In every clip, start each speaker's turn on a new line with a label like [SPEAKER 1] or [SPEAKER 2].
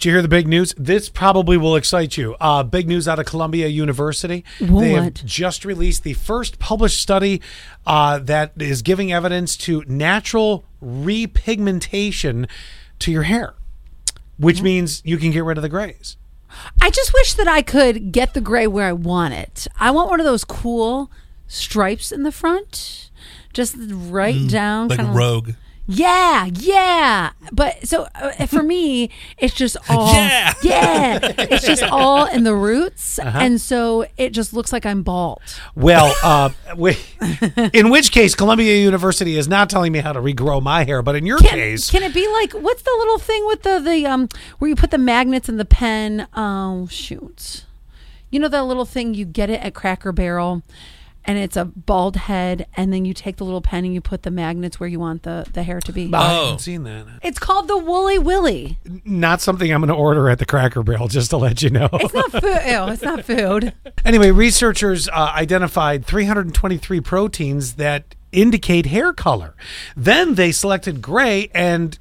[SPEAKER 1] you hear the big news? This probably will excite you. Uh, big news out of Columbia University. They have
[SPEAKER 2] What?
[SPEAKER 1] just released the first published study uh, that is giving evidence to natural repigmentation to your hair, which means you can get rid of the grays.
[SPEAKER 2] I just wish that I could get the gray where I want it. I want one of those cool stripes in the front, just right down.
[SPEAKER 3] Mm, like
[SPEAKER 2] kinda-
[SPEAKER 3] Rogue.
[SPEAKER 2] Yeah, yeah. But so uh, for me, it's just all
[SPEAKER 3] Yeah. Uh-huh.
[SPEAKER 2] yeah. It's just all in the roots, and so it just looks like I'm bald.
[SPEAKER 1] Well, uh, wi- in which case, Columbia University is not telling me how to regrow my hair, but in your
[SPEAKER 2] Can,
[SPEAKER 1] case,
[SPEAKER 2] can it be like what's the little thing with the the um where you put the magnets in the pen? Oh shoot, you know that little thing you get it at Cracker Barrel, and it's a bald head, and then you take the little pen and you put the magnets where you want the the hair to be.
[SPEAKER 1] I
[SPEAKER 3] Oh.
[SPEAKER 1] haven't seen that.
[SPEAKER 2] It's called the Woolly Willy.
[SPEAKER 1] Not something I'm going to order at the Cracker Barrel, just to let you know.
[SPEAKER 2] It's not food. Ew, it's not food.
[SPEAKER 1] Anyway, researchers uh, identified 323 proteins that indicate hair color. Then they selected gray and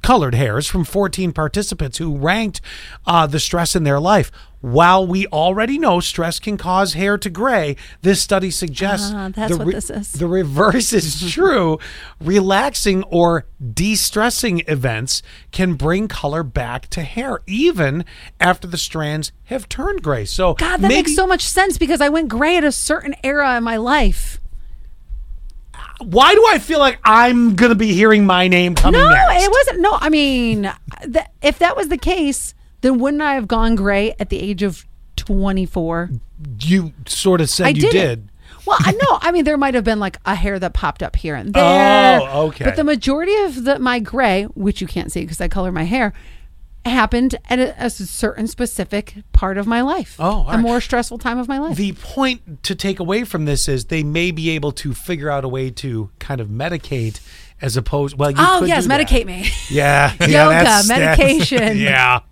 [SPEAKER 1] colored hairs from 14 participants who ranked uh, the stress in their life. While we already know stress can cause hair to gray, this study suggests
[SPEAKER 2] Ah, that's
[SPEAKER 1] the
[SPEAKER 2] what this is.
[SPEAKER 1] the reverse is true. Relaxing or de stressing events can bring color back to hair, even after the strands have turned gray. So,
[SPEAKER 2] God, that
[SPEAKER 1] maybe
[SPEAKER 2] makes so much sense because I went gray at a certain era in my life.
[SPEAKER 1] why do I feel like I'm gonna be hearing my name coming
[SPEAKER 2] No,
[SPEAKER 1] next?
[SPEAKER 2] it wasn't. No, I mean, th- if that was the case, then wouldn't I have gone gray at the age of 24?
[SPEAKER 1] you sort of said
[SPEAKER 2] I
[SPEAKER 1] you
[SPEAKER 2] didn't.
[SPEAKER 1] did.
[SPEAKER 2] Well, I know. I mean, there might have been like a hair that popped up here and there.
[SPEAKER 1] Oh, okay.
[SPEAKER 2] But the majority of the, my gray, which you can't see because I color my hair, happened at a, a certain specific part of my life.
[SPEAKER 1] Oh, all
[SPEAKER 2] a
[SPEAKER 1] right.
[SPEAKER 2] more stressful time of my life.
[SPEAKER 1] The point to take away from this is they may be able to figure out a way to kind of medicate as opposed well you
[SPEAKER 2] oh
[SPEAKER 1] could
[SPEAKER 2] yes,
[SPEAKER 1] do that.
[SPEAKER 2] medicate me.
[SPEAKER 1] Yeah. yeah
[SPEAKER 2] Yoga,
[SPEAKER 1] that's- that's-
[SPEAKER 2] medication.
[SPEAKER 1] yeah.